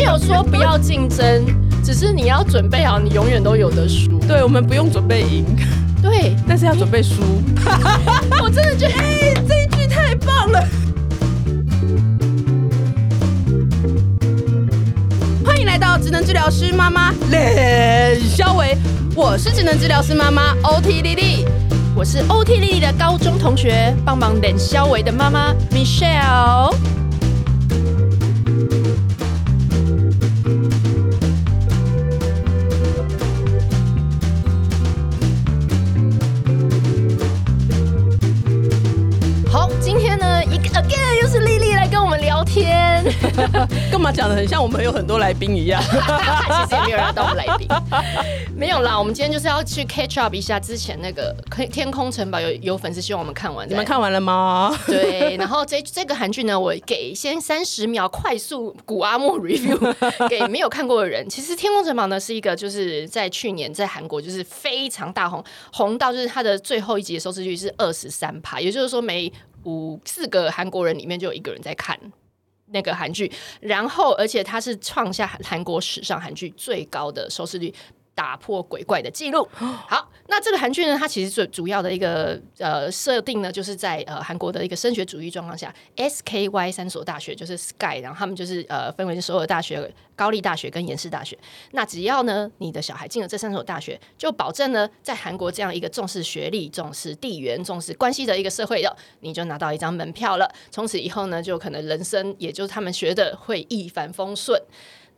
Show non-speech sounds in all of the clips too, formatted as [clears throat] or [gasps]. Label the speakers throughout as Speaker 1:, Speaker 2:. Speaker 1: 有说不要竞争，只是你要准备好，你永远都有的输。
Speaker 2: 对，我们不用准备赢， [laughs]
Speaker 1: 对，
Speaker 2: 但是要准备输。
Speaker 1: 我真的觉得哎
Speaker 2: 这一句太
Speaker 1: [laughs]
Speaker 2: 棒了！欢迎来到职能治疗师妈妈冷肖维，我是职能治疗师妈妈 OT 丽丽。
Speaker 1: 我是 OT 丽丽的高中同学，帮忙冷肖维的妈妈 Michelle。好，今天呢，一个 again 又是丽丽来跟我们聊天，
Speaker 2: 干嘛讲的很像我们有很多来宾 [laughs] 一样？
Speaker 1: 其实也没有人要当我们来宾， [laughs] 没有啦。我们今天就是要去 catch up 一下之前那个《天空城堡有》有粉丝希望我们看完，
Speaker 2: 你们看完了吗？
Speaker 1: 对，然后这这个韩剧呢，我给先三十秒快速古阿莫 review 给没有看过的人。其实《天空城堡》呢是一个就是在去年在韩国就是非常大红，红到就是它的最后一集的收视率是二十三趴，也就是说每五四个韩国人里面就有一个人在看。那个韩剧，然后而且它是创下韩韩国史上韩剧最高的收视率，打破鬼怪的记录。好，那这个韩剧呢，它其实最主要的一个呃设定呢，就是在呃韩国的一个升学主义状况下，SKY 三所大学就是 Sky，然后他们就是呃分为是首尔大学、高丽大学跟延世大学。那只要呢你的小孩进了这三所大学，就保证呢在韩国这样一个重视学历、重视地缘、重视关系的一个社会的，你就拿到一张门票了。从此以后呢，就可能人生也就是他们学的会一帆风顺。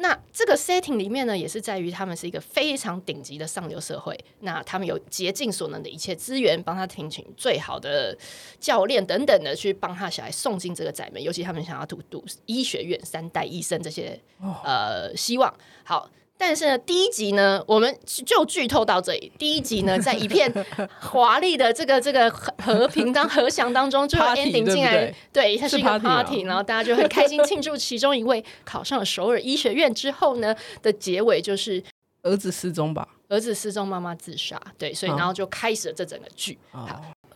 Speaker 1: 那这个 setting 里面呢，也是在于他们是一个非常顶级的上流社会，那他们有竭尽所能的一切资源，帮他聘请最好的教练等等的，去帮他小孩送进这个窄门。尤其他们想要读读医学院、三代医生这些
Speaker 2: 哦
Speaker 1: 呃希望。好，但是呢，第一集呢，我们就剧透到这里。第一集呢，在一
Speaker 2: [laughs]
Speaker 1: 片华丽的这个这个和和平当和祥当中，最后
Speaker 2: Party，对
Speaker 1: ending
Speaker 2: 不
Speaker 1: 进来
Speaker 2: 对，
Speaker 1: 对，它是一个
Speaker 2: 是 party 啊
Speaker 1: party，然后大家就很开心庆祝其中一位考上了首尔医学院之后呢的结尾就是
Speaker 2: 儿子失踪吧？
Speaker 1: 儿子失踪，妈妈自杀，对，所以
Speaker 2: 嗯
Speaker 1: 然后就开始了这整个剧。
Speaker 2: 哦，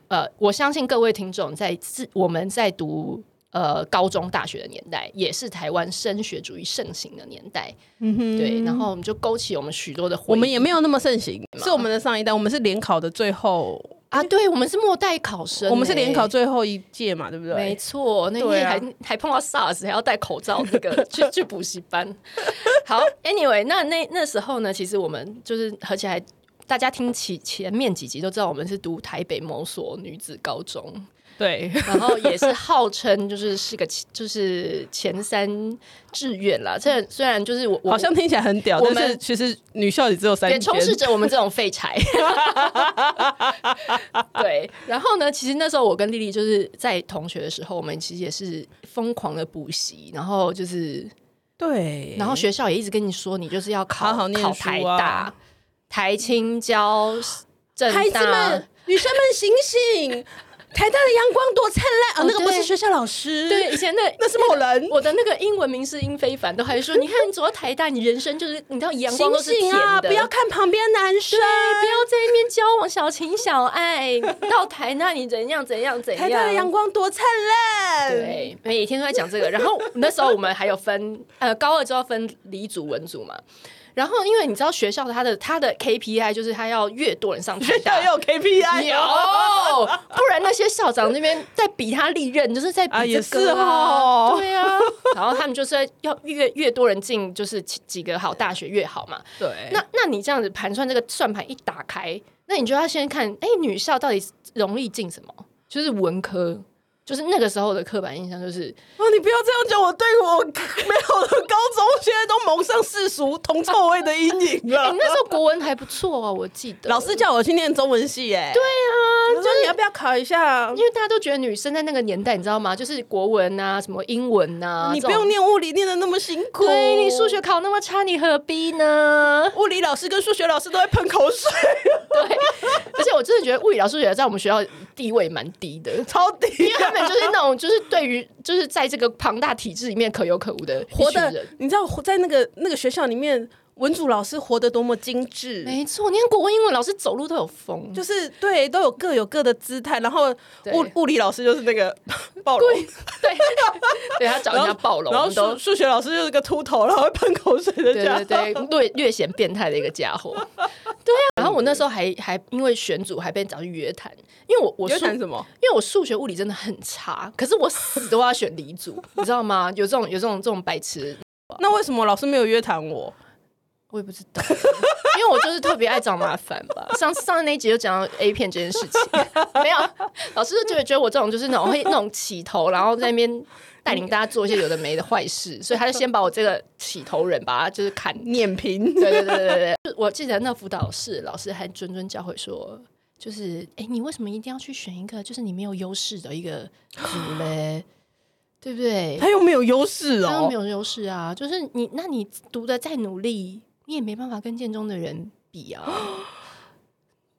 Speaker 1: 呃，我相信各位听众在自我们在读呃高中、大学的年代，也是台湾升学主义盛行的年代，
Speaker 2: 嗯哼
Speaker 1: 对，然后我们就勾起我们许多的回忆。
Speaker 2: 我们也没有那么盛行，是我们的上一代，我们是联考的最后，
Speaker 1: 啊，对，我们是末代考生欸、
Speaker 2: 我们是联考最后一届嘛，对不
Speaker 1: 没
Speaker 2: 对？
Speaker 1: 错，那
Speaker 2: 对
Speaker 1: 天
Speaker 2: 啊
Speaker 1: 还、还碰到 SARS，还要戴口罩，那
Speaker 2: [laughs]
Speaker 1: 个去去补习班。好，Anyway，那那那时候呢，其实我们就是，而且还大家听起前面几集都知道，我们是读台北某所女子高中，
Speaker 2: 对，
Speaker 1: 然后也是号称就是是个就是前三志愿啦。虽然虽然就是我我
Speaker 2: 好像听起来很屌，
Speaker 1: 我们
Speaker 2: 但是其实女校也只有三
Speaker 1: 也
Speaker 2: 间，
Speaker 1: 充斥着我们这种废柴。对，然后呢，其实那时候我跟丽丽就是在同学的时候，我们其实也是疯狂的补习，然后就是，
Speaker 2: 对，
Speaker 1: 然后学校也一直跟你说，你就是要考
Speaker 2: 好好念
Speaker 1: 考
Speaker 2: 书啊
Speaker 1: 台大、台青交、政
Speaker 2: 孩子
Speaker 1: 大
Speaker 2: 们。、女生们醒 [laughs] 醒，台大的阳光多灿烂啊！
Speaker 1: 哦
Speaker 2: 那个不
Speaker 1: 对
Speaker 2: 是学校老师，
Speaker 1: 对，以，前的
Speaker 2: 那是某人。
Speaker 1: 我的那个英文名是英非凡，都还说，你看你走到台大，你人生就是，你知道阳光
Speaker 2: 醒
Speaker 1: 都是
Speaker 2: 醒
Speaker 1: 甜
Speaker 2: 啊！
Speaker 1: 的，
Speaker 2: 不要看旁边男生，
Speaker 1: 不要在那边交往小情小爱，到台那你怎样怎样怎样。
Speaker 2: 台大的阳光多灿烂。，
Speaker 1: 对，每天都在讲这个。然后那时候我们还有分， [laughs] 呃，高二就要分理组、文组嘛。然后因为你知道学校它的它的 KPI 就是它要越多人上台
Speaker 2: 学校 [laughs]
Speaker 1: 大。
Speaker 2: 也有 KPI
Speaker 1: 有
Speaker 2: 哦，
Speaker 1: 不然那些校长那边在比他历任，就是在比
Speaker 2: 啊也
Speaker 1: 这个
Speaker 2: 是哦
Speaker 1: 对啊。然后他们就是要越越多人进，就是几几个好大学越好嘛。
Speaker 2: 对
Speaker 1: 那那你这样子盘算，这个算盘一打开，那你就要先看，哎、女校到底容易进什么？就是文科，就是那个时候的刻板印象
Speaker 2: [laughs]
Speaker 1: 就是
Speaker 2: 哦，你不要这样讲，我对我没有的高中现在都蒙上世俗铜臭味的阴影
Speaker 1: 哎、
Speaker 2: [laughs] 了。
Speaker 1: 那时候国文还不错啊，我记得。
Speaker 2: 老师叫我去念中文系、哎，对啊，就是你要不要考一下？啊
Speaker 1: 因为大家都觉得女生在那个年代，你知道吗？就是国文啊，什么英文啊，
Speaker 2: 你
Speaker 1: 这
Speaker 2: 不
Speaker 1: 种
Speaker 2: 用。念物理，念的那么辛苦。？
Speaker 1: 对你数学考那么差，你何必呢 [laughs]
Speaker 2: 物理老师跟数学老师都在喷口水，
Speaker 1: 对，而且我真的觉得物理老师也在我们学校地位蛮低的，
Speaker 2: 超 [laughs] 低
Speaker 1: 因为他们就是那种就是对于就是在这个庞大体制里面可有可无的一群
Speaker 2: 活的
Speaker 1: 人。，
Speaker 2: 你知道活在那个那个学校里面。文主老师活得多么精致，
Speaker 1: 没错，你看国文、英文老师走路都有风，
Speaker 2: 就是对，都有各有各的姿态。然后
Speaker 1: 对
Speaker 2: 物物理老师就是
Speaker 1: [laughs]
Speaker 2: 那个暴龙，
Speaker 1: 对，对他找人家暴龙，
Speaker 2: 然
Speaker 1: 我
Speaker 2: 后
Speaker 1: 们都
Speaker 2: 数数学老师就是个秃头，然后会喷口水的
Speaker 1: 对
Speaker 2: 家伙。
Speaker 1: 对对，略略显变态的一个家
Speaker 2: [laughs]
Speaker 1: 伙。对啊，
Speaker 2: 嗯
Speaker 1: 然后我那时候还还因为选组还被找去约谈，因为我我
Speaker 2: 你会
Speaker 1: 数
Speaker 2: 谈什么？
Speaker 1: 因为我数学物理真的很差，可是我死都要选理组，你知道吗？有这种有这种这种白痴，
Speaker 2: 那为什么老师没有约谈我？
Speaker 1: 我也不知道， [laughs] 因为我就是特别爱找麻烦吧。上上次那一集就讲到 A 片这件事情，没 [laughs] 有老师就觉得觉得我这种就是那种会那种起头，然后在那边带领大家做一些有的没的坏事，所以他就先把我这个起头人把他就是砍
Speaker 2: 碾平，
Speaker 1: 对对对对对对，我记得那辅导室老师还谆谆教诲说，就是哎、诶你为什么一定要去选一个就是你没有优势的一个组嘞？ [gasps] 对不对？
Speaker 2: 他又没有优势
Speaker 1: 他又
Speaker 2: 哦
Speaker 1: 没。有优势啊，就是你，那你读的再努力，你也没办法跟建中的人比啊，对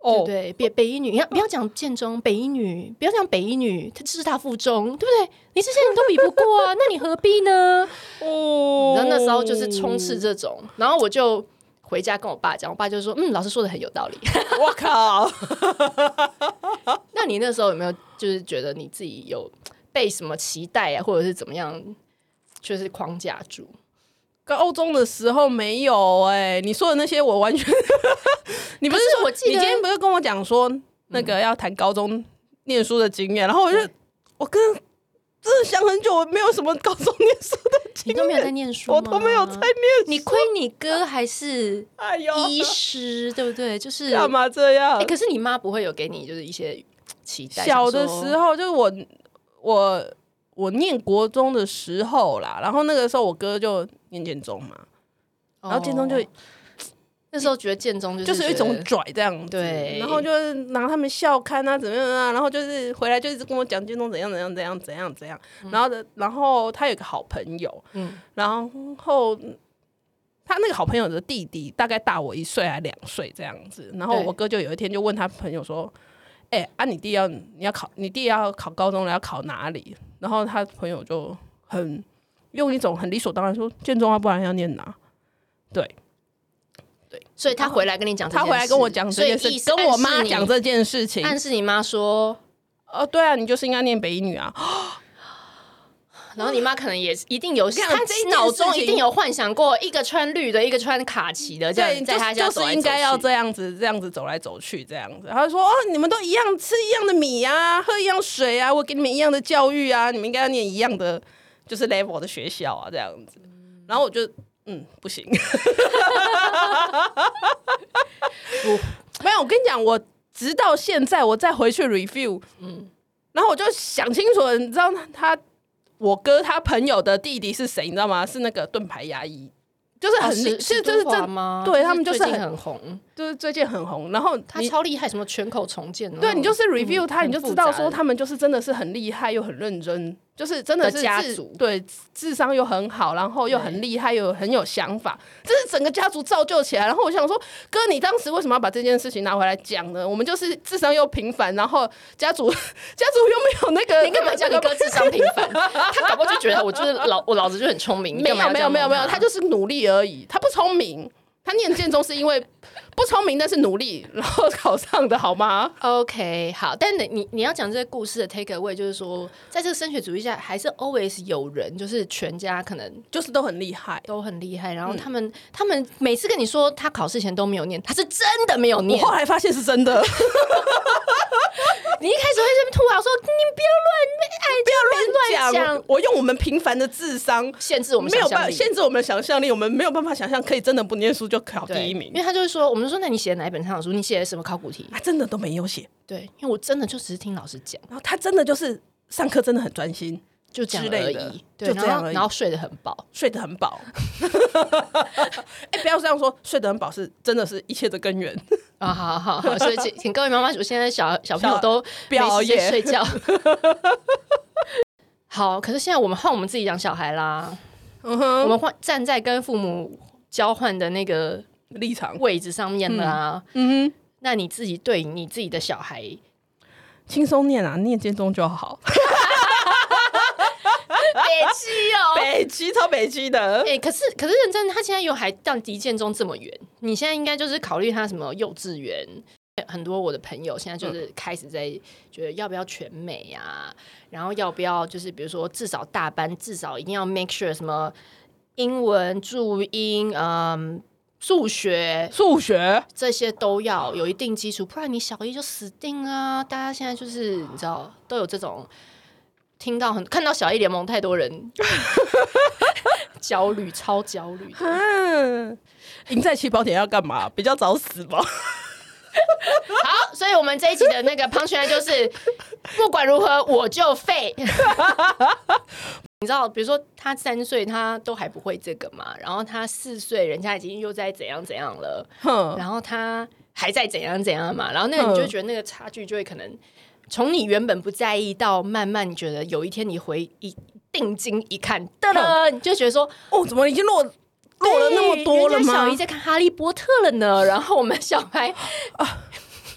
Speaker 1: 不
Speaker 2: 哦，
Speaker 1: 对？北北一女，你要不要讲建中，北一女，不要讲北一女，她师大附中，对不对？你这些人都比不过啊，那你何必 [laughs] 呢？
Speaker 2: 哦
Speaker 1: 然后那时候就是充斥这种，然后我就回家跟我爸讲，我爸就说：“嗯，老师说的很有道理。 [laughs]
Speaker 2: 我靠，”
Speaker 1: 那你那时候有没有就是觉得你自己有被什么期待啊，或者是怎么样，就是框架住？
Speaker 2: 高中的时候没有哎、你说的那些我完全， [laughs] 你不是
Speaker 1: 可是
Speaker 2: 说
Speaker 1: 我记得
Speaker 2: 你今天不是跟我讲说那个要谈高中念书的经验，然后我就
Speaker 1: 对
Speaker 2: 我跟真的想很久，我没有什么高中念书的
Speaker 1: [laughs]
Speaker 2: 经
Speaker 1: 你
Speaker 2: 验，
Speaker 1: 都没有在念书吗？
Speaker 2: 我都没有在念，
Speaker 1: 你亏你哥还是
Speaker 2: 哎呦，
Speaker 1: 医师，对不对？就是哎
Speaker 2: 干嘛这样？
Speaker 1: 诶可是你妈不会有给你就是一些期待。
Speaker 2: 小的
Speaker 1: 想说
Speaker 2: 时，候就是我我我念国中的时候啦，然后那个时候我哥就念建中嘛，
Speaker 1: 哦
Speaker 2: 然后建中就
Speaker 1: 那时候觉得建中就是
Speaker 2: 就是有一
Speaker 1: 觉
Speaker 2: 种
Speaker 1: 得
Speaker 2: 拽这样子，
Speaker 1: 对
Speaker 2: 然后就是拿他们校刊啊，怎么样啊，然后就是回来就一直跟我讲建中怎样怎样怎样怎样怎样，然后的，然后他有个好朋友，
Speaker 1: 嗯
Speaker 2: 然后他那个好朋友的弟弟大概大我一岁还两岁这样子，然后
Speaker 1: 对
Speaker 2: 我哥就有一天就问他朋友说：“哎、啊你弟要你要考你弟要考高中了要考哪里？”然后他朋友就很用一种很理所当然说建中啊，不然要念哪？
Speaker 1: 所以他回来跟你讲这件
Speaker 2: 他
Speaker 1: 事，
Speaker 2: 回来跟我讲
Speaker 1: 所
Speaker 2: 这
Speaker 1: 以
Speaker 2: 件事
Speaker 1: 意，思
Speaker 2: 跟我妈
Speaker 1: 暗示你
Speaker 2: 讲这件事情，
Speaker 1: 暗示你妈说，
Speaker 2: 哦，对啊，你就是应该念北一女啊。
Speaker 1: 然后你妈可能也是一
Speaker 2: [laughs]
Speaker 1: 定有，
Speaker 2: 这样
Speaker 1: 她
Speaker 2: 这件
Speaker 1: 脑中
Speaker 2: 事情
Speaker 1: 一定有幻想过一个穿绿的，一个穿卡其的，这
Speaker 2: 对，
Speaker 1: 样
Speaker 2: 就
Speaker 1: 在她
Speaker 2: 是
Speaker 1: 家
Speaker 2: 就
Speaker 1: 走来走
Speaker 2: 是
Speaker 1: 去
Speaker 2: 应该要这样子，这样子走来走去，这样子。他就说：“哦，你们都一样，吃一样的米呀、喝一样水啊，我给你们一样的教育啊，你们应该要念一样的，就是 level 的学校啊，这样子。”然后我就嗯，不行。 [laughs] 没有，我跟你讲，我直到现在，我再回去 review，嗯，然后我就想清楚了，你知道他我哥他朋友的弟弟是谁，你知道吗？是那个盾牌牙医，就是
Speaker 1: 啊
Speaker 2: 很、
Speaker 1: 史
Speaker 2: 是
Speaker 1: 史
Speaker 2: 就
Speaker 1: 都
Speaker 2: 是
Speaker 1: 华
Speaker 2: 真
Speaker 1: 吗？
Speaker 2: 对他们就是
Speaker 1: 最近
Speaker 2: 很
Speaker 1: 很红，
Speaker 2: 就是最近很红，然后
Speaker 1: 他
Speaker 2: 你
Speaker 1: 超厉害，什么全口重建，
Speaker 2: 对你就是 review
Speaker 1: 嗯
Speaker 2: 他，
Speaker 1: 很
Speaker 2: 你就
Speaker 1: 复
Speaker 2: 知道
Speaker 1: 杂
Speaker 2: 说
Speaker 1: 的
Speaker 2: 他们就是真的是很厉害又很认真，就是真的
Speaker 1: 的
Speaker 2: 是
Speaker 1: 家
Speaker 2: 智
Speaker 1: 族
Speaker 2: 对智商又很好，然后又
Speaker 1: 对
Speaker 2: 很厉害又很有想法，这是整个家族造就起来。然后我想说，哥，你当时为什么要把这件事情拿回来讲呢？我们就是智商又平凡，然后家族家族又没有那个，
Speaker 1: 你干嘛叫你
Speaker 2: 那个
Speaker 1: 哥智商平
Speaker 2: [laughs]
Speaker 1: 凡？他搞不好就觉得我就是老我老子就很聪明，你
Speaker 2: 没有
Speaker 1: 干嘛要这样
Speaker 2: 没有没有没有，
Speaker 1: 弄
Speaker 2: 他就是努力而已，他不聪明。他念建中是因为不聪明，但是努力，然后考上的好吗？
Speaker 1: OK 好，但你你你要讲这个故事的 take away 就是说，在这个升学主义下，还是 always 有人就是全家可能
Speaker 2: 就是都很厉害。
Speaker 1: 都很厉害，然后
Speaker 2: 嗯
Speaker 1: 他们、他们每次跟你说他考试前都没有念，他是真的没有
Speaker 2: 我
Speaker 1: 念。
Speaker 2: 后来发现是
Speaker 1: [laughs]
Speaker 2: 真的，
Speaker 1: 你一开始会这么吐啊，说你不
Speaker 2: 不
Speaker 1: 要乱哎，不要乱讲，
Speaker 2: 我用我们平凡的智商，
Speaker 1: 限制我们
Speaker 2: 没有
Speaker 1: 想象
Speaker 2: 办法
Speaker 1: 力。
Speaker 2: 限制我们的想象力，我们没有办法想象可以真的不念书就考
Speaker 1: 对
Speaker 2: 第一名
Speaker 1: 因为他就会说，我们就说，那你写的哪一本参考书？你写的什么考古题？
Speaker 2: 啊，真的都没有写。
Speaker 1: 对，因为我真的就只是听老师讲，
Speaker 2: 然后他真的就是上课真的很专心，
Speaker 1: 就这样
Speaker 2: 之类
Speaker 1: 而
Speaker 2: 的
Speaker 1: 已。对，
Speaker 2: 就这样
Speaker 1: 然后
Speaker 2: 而已
Speaker 1: 然后睡得很饱。
Speaker 2: 睡得很饱。哎、不要这样说，睡得很饱是真的是一切的根源。
Speaker 1: [laughs]
Speaker 2: [laughs]
Speaker 1: 啊，好好好，所以 [laughs] 请请各位妈妈，我现在小小朋友都
Speaker 2: 不要熬夜
Speaker 1: 没时间睡 [laughs] 觉。好，可是现在我们换我们自己养小孩啦，
Speaker 2: 嗯
Speaker 1: 我
Speaker 2: 哼，
Speaker 1: 们换站在跟父母交换的那个
Speaker 2: 立场，
Speaker 1: 位置上面啦。
Speaker 2: 嗯哼，
Speaker 1: 那你自己对你自己的小孩， [laughs]
Speaker 2: 轻松念啊，念建中就好。
Speaker 1: 北七哦， [laughs]
Speaker 2: 北极超超北区的
Speaker 1: 哎、。可是可是认真，他现在又还到迪建中这么远，你现在应该就是考虑他什么幼稚园。欸很多我的朋友现在就是开始在觉得要不要全美啊，然后要不要就是比如说至少大班至少一定要 make sure 什么英文、注音、嗯、数学
Speaker 2: 数学
Speaker 1: 这些都要有一定基础，不然你小一就死定啊！大家现在就是你知道都有这种听到很看到小一联盟太多人 [laughs] 焦虑，超焦虑的。
Speaker 2: 嗯，赢在起跑点要干嘛？比较早死吧。
Speaker 1: 好，所以我们这一集的那个 punch line 就是，不管如何我就废。 [laughs] 你知道，比如说他三岁，他都还不会这个嘛，然后他四岁，人家已经又在怎样怎样了，
Speaker 2: 哼，
Speaker 1: 然后他还在怎样怎样嘛，然后那个你就觉得那个差距就会可能从你原本不在意到慢慢你觉得有一天你回一定睛一看，噔噔，你就觉得说
Speaker 2: 哦，怎么已经落落嗯了那么多了
Speaker 1: 人家
Speaker 2: 吗
Speaker 1: 小姨？在看《哈利波特》了呢，然后我们小孩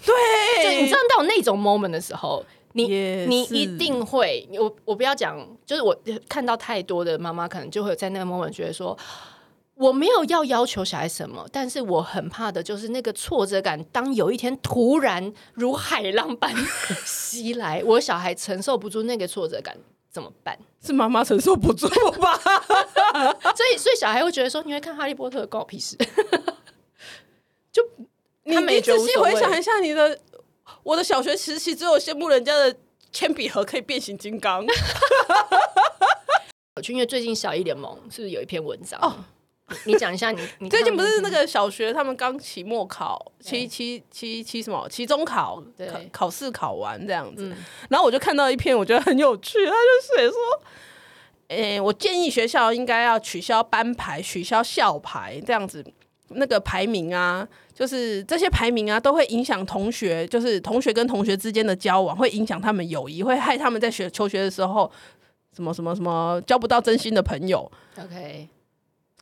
Speaker 2: 对，
Speaker 1: 就你知道到那种 moment 的时候，你
Speaker 2: 哎也
Speaker 1: 你
Speaker 2: 是
Speaker 1: 一定会，我我不要讲，就是我看到太多的妈妈，可能就会在那个 moment 觉得说。我没有要要求小孩什么，但是我很怕的就是那个挫折感。当有一天突然如海浪般 [laughs] 袭来，我小孩承受不住那个挫折感怎么
Speaker 2: [laughs]
Speaker 1: 办？
Speaker 2: 是妈妈承受不住 [laughs] 吧？
Speaker 1: 所以，所以小孩会觉得说：“你会看《哈利波特》关我屁事。 [laughs]
Speaker 2: 你
Speaker 1: 他们也
Speaker 2: 你
Speaker 1: 觉得
Speaker 2: 仔
Speaker 1: 无
Speaker 2: 细
Speaker 1: 所谓
Speaker 2: 回想一下，你的我的小学时期，只有羡慕人家的铅笔盒可以变形金刚。”
Speaker 1: 我去，因为最近小一联盟是不是有一篇文章？
Speaker 2: 哦
Speaker 1: 你你讲一下
Speaker 2: [laughs]
Speaker 1: 你，你
Speaker 2: 最近不
Speaker 1: 看
Speaker 2: 是那个小学他们刚期末考，期
Speaker 1: 对
Speaker 2: 期期期什么期中考，
Speaker 1: 对
Speaker 2: 考考试考完这样子，
Speaker 1: 嗯
Speaker 2: 然后我就看到一篇我觉得很有趣，他就写说。 [laughs] 诶、我建议学校应该要取消班牌、取消校牌，这样子那个排名啊，就是这些排名啊，都会影响同学，就是同学跟同学之间的交往，会影响他们友谊，会害他们在学求学的时候，什么什么什么交不到真心的朋友，
Speaker 1: OK，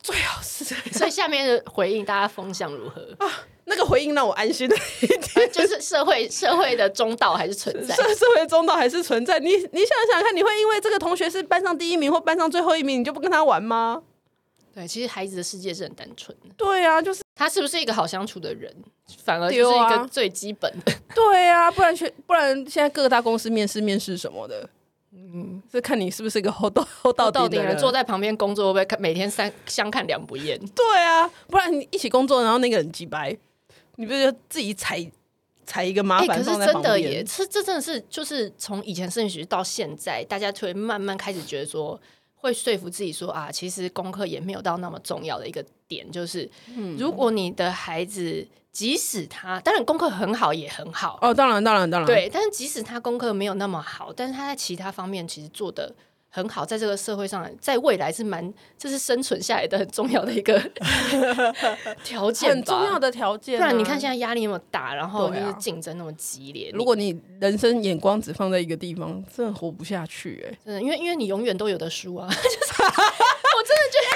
Speaker 2: 最好是 [laughs]
Speaker 1: 所以下面的回应大家风向如何？呃
Speaker 2: 那个回应让我安心了一点。
Speaker 1: 就是社会社会的中道还是存在
Speaker 2: 社。社会中道还是存在。你你想想看，你会因为这个同学是班上第一名或班上最后一名，你就不跟他玩吗？
Speaker 1: 对，其实孩子的世界是很单纯的，
Speaker 2: 对啊，就是
Speaker 1: 他是不是一个好相处的人，反而就是一
Speaker 2: 对
Speaker 1: 个
Speaker 2: 啊
Speaker 1: 最基本的。
Speaker 2: 对啊，不然学不然现在各大公司面试面试什么的，嗯，是看你是不是一个厚道厚道
Speaker 1: 到底
Speaker 2: 的
Speaker 1: 人坐在旁边工作，会不会看每天三相看两不厌？
Speaker 2: 对啊，不然你一起工作，然后那个人几白，你不是就自己踩踩一个麻
Speaker 1: 哎、
Speaker 2: 烦
Speaker 1: 可是
Speaker 2: 放在
Speaker 1: 真
Speaker 2: 旁边？
Speaker 1: 的耶，这这真的是就是从以前升学到现在，大家就会慢慢开始觉得说，会说服自己说啊，其实功课也没有到那么重要的一个点，就是、
Speaker 2: 嗯
Speaker 1: 如果你的孩子即使他当然功课很好也很好，
Speaker 2: 哦，当然当然当然，，
Speaker 1: 对，但是即使他功课没有那么好，但是他在其他方面其实做的很好，在这个社会上，在未来是蛮这是生存下来的很重要的一
Speaker 2: [laughs]
Speaker 1: 个条件，
Speaker 2: 很重要。的条件、啊
Speaker 1: 不然你看现在压力那么大，然后就
Speaker 2: 对啊
Speaker 1: 是竞争那么激烈，
Speaker 2: 如果你人生眼光只放在一个地方，真的活不下去哎、
Speaker 1: 真的因为因为你永远都有的输啊， [laughs]
Speaker 2: 哎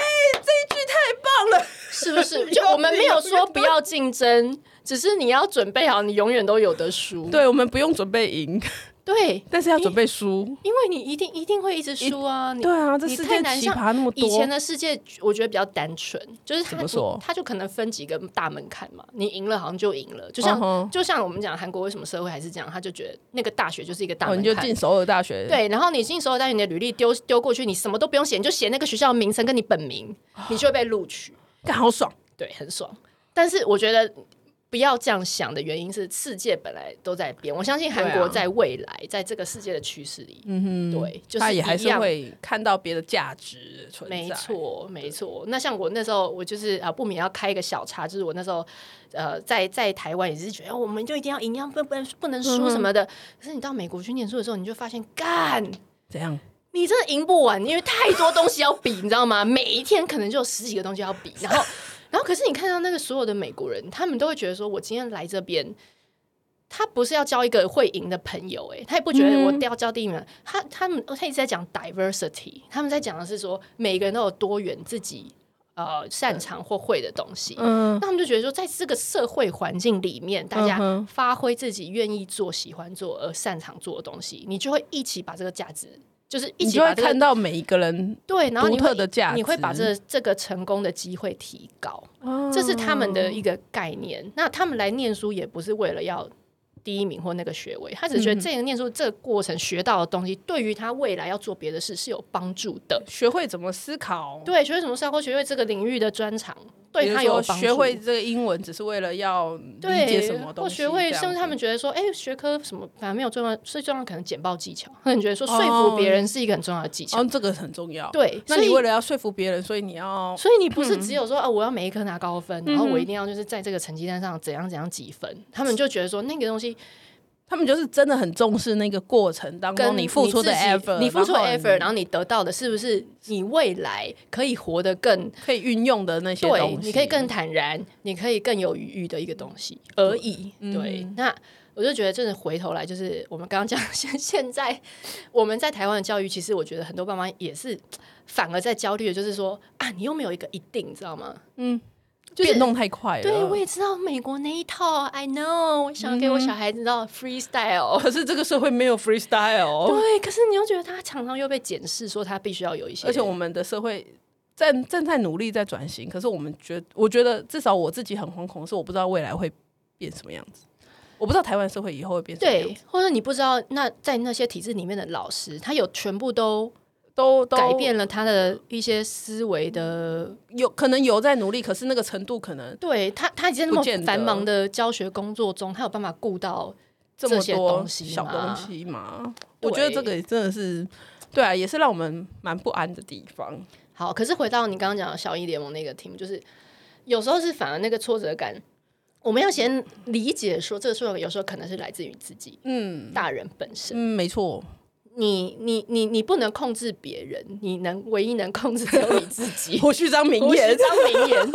Speaker 1: [laughs] 就是我真的觉得哎、这一句太棒了，是不是？就我们没有说不要竞争，只是你要准备好，你永远都有的输。
Speaker 2: 对，我们不用准备赢，
Speaker 1: 对，
Speaker 2: 但是要准备输。
Speaker 1: 因为你一定一定会一直输啊，你
Speaker 2: 对啊，这
Speaker 1: 你
Speaker 2: 世
Speaker 1: 太
Speaker 2: 界
Speaker 1: 难
Speaker 2: 奇
Speaker 1: 像
Speaker 2: 葩那么多。
Speaker 1: 以前的世界，我觉得比较单纯，就是他
Speaker 2: 怎么说
Speaker 1: 他就可能分几个大门槛嘛，你赢了好像就赢了，就像、
Speaker 2: 嗯哼
Speaker 1: 就像我们讲韩国为什么社会还是这样，他就觉得那个大学就是一个大
Speaker 2: 哦，
Speaker 1: 门
Speaker 2: 你
Speaker 1: 槛。
Speaker 2: 就进首尔大学，，
Speaker 1: 对，然后你进所有大学，你的履历丢丢过去，你什么都不用写，你就写那个学校的名称跟你本名，
Speaker 2: 哦
Speaker 1: 你就会被录取，
Speaker 2: 干好爽。
Speaker 1: 对，很爽。但是我觉得不要这样想的原因是，世界本来都在变，我相信韩
Speaker 2: 对
Speaker 1: 国
Speaker 2: 啊
Speaker 1: 在未来在这个世界的趋势里，
Speaker 2: 嗯哼，
Speaker 1: 对，就是
Speaker 2: 他也还
Speaker 1: 一
Speaker 2: 是
Speaker 1: 样
Speaker 2: 会看到别的价值存在。
Speaker 1: 没，错，没错。那像我那时候，我就是啊，不免要开一个小差，就是我那时候，呃，在在台湾也是觉得，哦我们就一定要赢，要不不能不能
Speaker 2: 嗯
Speaker 1: 输什么的。可是你到美国去念书的时候，你就发现，干，
Speaker 2: 怎样？
Speaker 1: 你真的赢不完，因为太多东西要比，你知道吗？ [laughs] 每一天可能就有十几个东西要比，然后，然后可是你看到那个所有的美国人，他们都会觉得说，我今天来这边。他不是要交一个会赢的朋友、欸，他也不觉得我要交第一名。他他们他一直在讲 diversity，他们在讲的是说每个人都有多元自己呃擅长或会的东西。
Speaker 2: 嗯，
Speaker 1: 那他们就觉得说，在这个社会环境里面，大
Speaker 2: 嗯
Speaker 1: 家
Speaker 2: 哼
Speaker 1: 发挥自己愿意做、喜欢做而擅长做的东西，你就会一起把这个价值就是一
Speaker 2: 你
Speaker 1: 起
Speaker 2: 就会
Speaker 1: 把这
Speaker 2: 看
Speaker 1: 个
Speaker 2: 到每一个人
Speaker 1: 对，然后你
Speaker 2: 独特
Speaker 1: 会
Speaker 2: 的价
Speaker 1: 你会
Speaker 2: 值
Speaker 1: 把这这个成功的机会提高，这是他们
Speaker 2: 哦
Speaker 1: 的一个概念。那他们来念书也不是为了要第一名或那个学位，他只
Speaker 2: 嗯
Speaker 1: 是觉得这个念书这个过程学到的东西，对于他未来要做别的事是有帮助的。
Speaker 2: 学会怎么思考，
Speaker 1: 对，学会什么社会学会这个领域的专长，对他
Speaker 2: 比如
Speaker 1: 有
Speaker 2: 说
Speaker 1: 帮助。
Speaker 2: 学会这个英文，只是为了要理
Speaker 1: 对，
Speaker 2: 解什么东
Speaker 1: 或
Speaker 2: 西，
Speaker 1: 学会，
Speaker 2: 这样
Speaker 1: 甚至他们觉得说，哎、学科什么反正没有重要，最重要可能简报技巧。 [laughs] 那你觉得说说
Speaker 2: 哦
Speaker 1: 服别人是一个很重要的技巧？
Speaker 2: 哦，这个很重要。，
Speaker 1: 对，
Speaker 2: 那
Speaker 1: 所
Speaker 2: 你
Speaker 1: 以
Speaker 2: 为了要说服别人，所以你要
Speaker 1: 所以你不是只有说啊，我要每一科拿高分，然后
Speaker 2: 哦嗯
Speaker 1: 我
Speaker 2: 哼
Speaker 1: 一定要就是在这个成绩单上怎样怎样几分，他们就觉得说那个东西
Speaker 2: 他们就是真的很重视那个过程当中
Speaker 1: 跟
Speaker 2: 付出的
Speaker 1: 自己
Speaker 2: effort，
Speaker 1: 你付出的
Speaker 2: 然后
Speaker 1: effort，然后你得到的是不是你未来可以活得更
Speaker 2: 可以运用的那些
Speaker 1: 对
Speaker 2: 东西，，
Speaker 1: 你可以更坦然，你可以更有余裕的一个东西而已。
Speaker 2: 嗯
Speaker 1: 对，那我就觉得，真的回头来，就是我们刚刚讲，现现在我们在台湾的教育，其实我觉得很多爸妈也是反而在焦虑，的就是说啊，你又没有一个一定，你知道吗？
Speaker 2: 变动太快了。
Speaker 1: 对，我也知道美国那一套，I know，我想给我小孩子知道 freestyle，、
Speaker 2: 可是这个社会没有 freestyle，
Speaker 1: 对，可是你又觉得他常常又被检视，说他必须要有一些，
Speaker 2: 而且我们的社会正正在努力在转型，可是我们觉我觉得至少我自己很惶恐，是我不知道未来会变什么样子，我不知道台湾社会以后会变什么样子
Speaker 1: 对，，或者你不知道那在那些体制里面的老师，他有全部都
Speaker 2: 都都
Speaker 1: 改变了他的一些思维的，
Speaker 2: 有可能有在努力，可是那个程度可能
Speaker 1: 对他，他已经在那
Speaker 2: 不见
Speaker 1: 么
Speaker 2: 得
Speaker 1: 繁忙的教学工作中，他有办法顾到
Speaker 2: 这么
Speaker 1: 这些
Speaker 2: 多
Speaker 1: 东西
Speaker 2: 小
Speaker 1: 嘛
Speaker 2: 东西嘛，
Speaker 1: 对
Speaker 2: 我觉得这个也真的是。对啊，也是让我们蛮不安的地方。
Speaker 1: 好。可是回到你刚刚讲的小一联盟那个 team，就是有时候是反而那个挫折感，我们要先理解说，这个挫折有时候可能是来自于自己
Speaker 2: 嗯
Speaker 1: 大人本身。
Speaker 2: 嗯，没错，
Speaker 1: 你你你你不能控制别人，你能唯一能控制只有你自己。
Speaker 2: 我去张 [laughs] 名
Speaker 1: 我
Speaker 2: 言
Speaker 1: 是，张名
Speaker 2: [laughs]
Speaker 1: 言。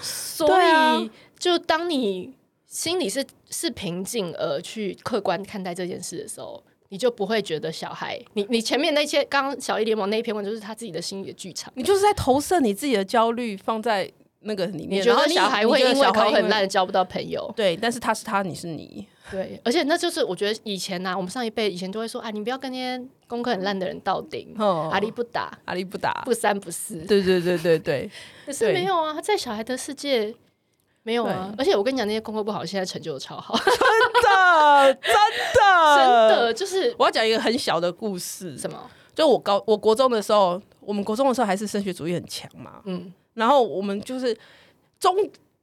Speaker 1: 所以，
Speaker 2: 对啊
Speaker 1: 就当你心里是是平静而去客观看待这件事的时候，你就不会觉得小孩，你你前面那些刚刚小一联盟那一篇文就是他自己的心理的剧场。
Speaker 2: 你就是在投射你自己的焦虑放在那个里面。
Speaker 1: 你觉
Speaker 2: 然后
Speaker 1: 得小孩会
Speaker 2: 你觉
Speaker 1: 因
Speaker 2: 得
Speaker 1: 为
Speaker 2: 小孩
Speaker 1: 考很
Speaker 2: 会
Speaker 1: 烂交不到朋
Speaker 2: [laughs]
Speaker 1: 友？
Speaker 2: 对，但是他是他，你是你，
Speaker 1: 对，而且那就是我觉得以前啊呐、我们上一辈以前都会说啊，你不要跟那些功课很烂的人到顶，
Speaker 2: 哦
Speaker 1: 阿力不打，
Speaker 2: 阿力不打。
Speaker 1: 不三不四。
Speaker 2: 对对对对 [laughs] 对，
Speaker 1: 可是
Speaker 2: 对
Speaker 1: 没有啊，他在小孩的世界没有啊。而且我跟你讲，那些功课不好，现在成就超
Speaker 2: [laughs]
Speaker 1: 好。
Speaker 2: 真的真的
Speaker 1: 真，
Speaker 2: 呃
Speaker 1: 的就是
Speaker 2: 我要讲一个很小的故事。
Speaker 1: 什么？
Speaker 2: 就我高我国中的时候，我们国中的时候还是升学主义很强嘛，
Speaker 1: 嗯，
Speaker 2: 然后我们就是中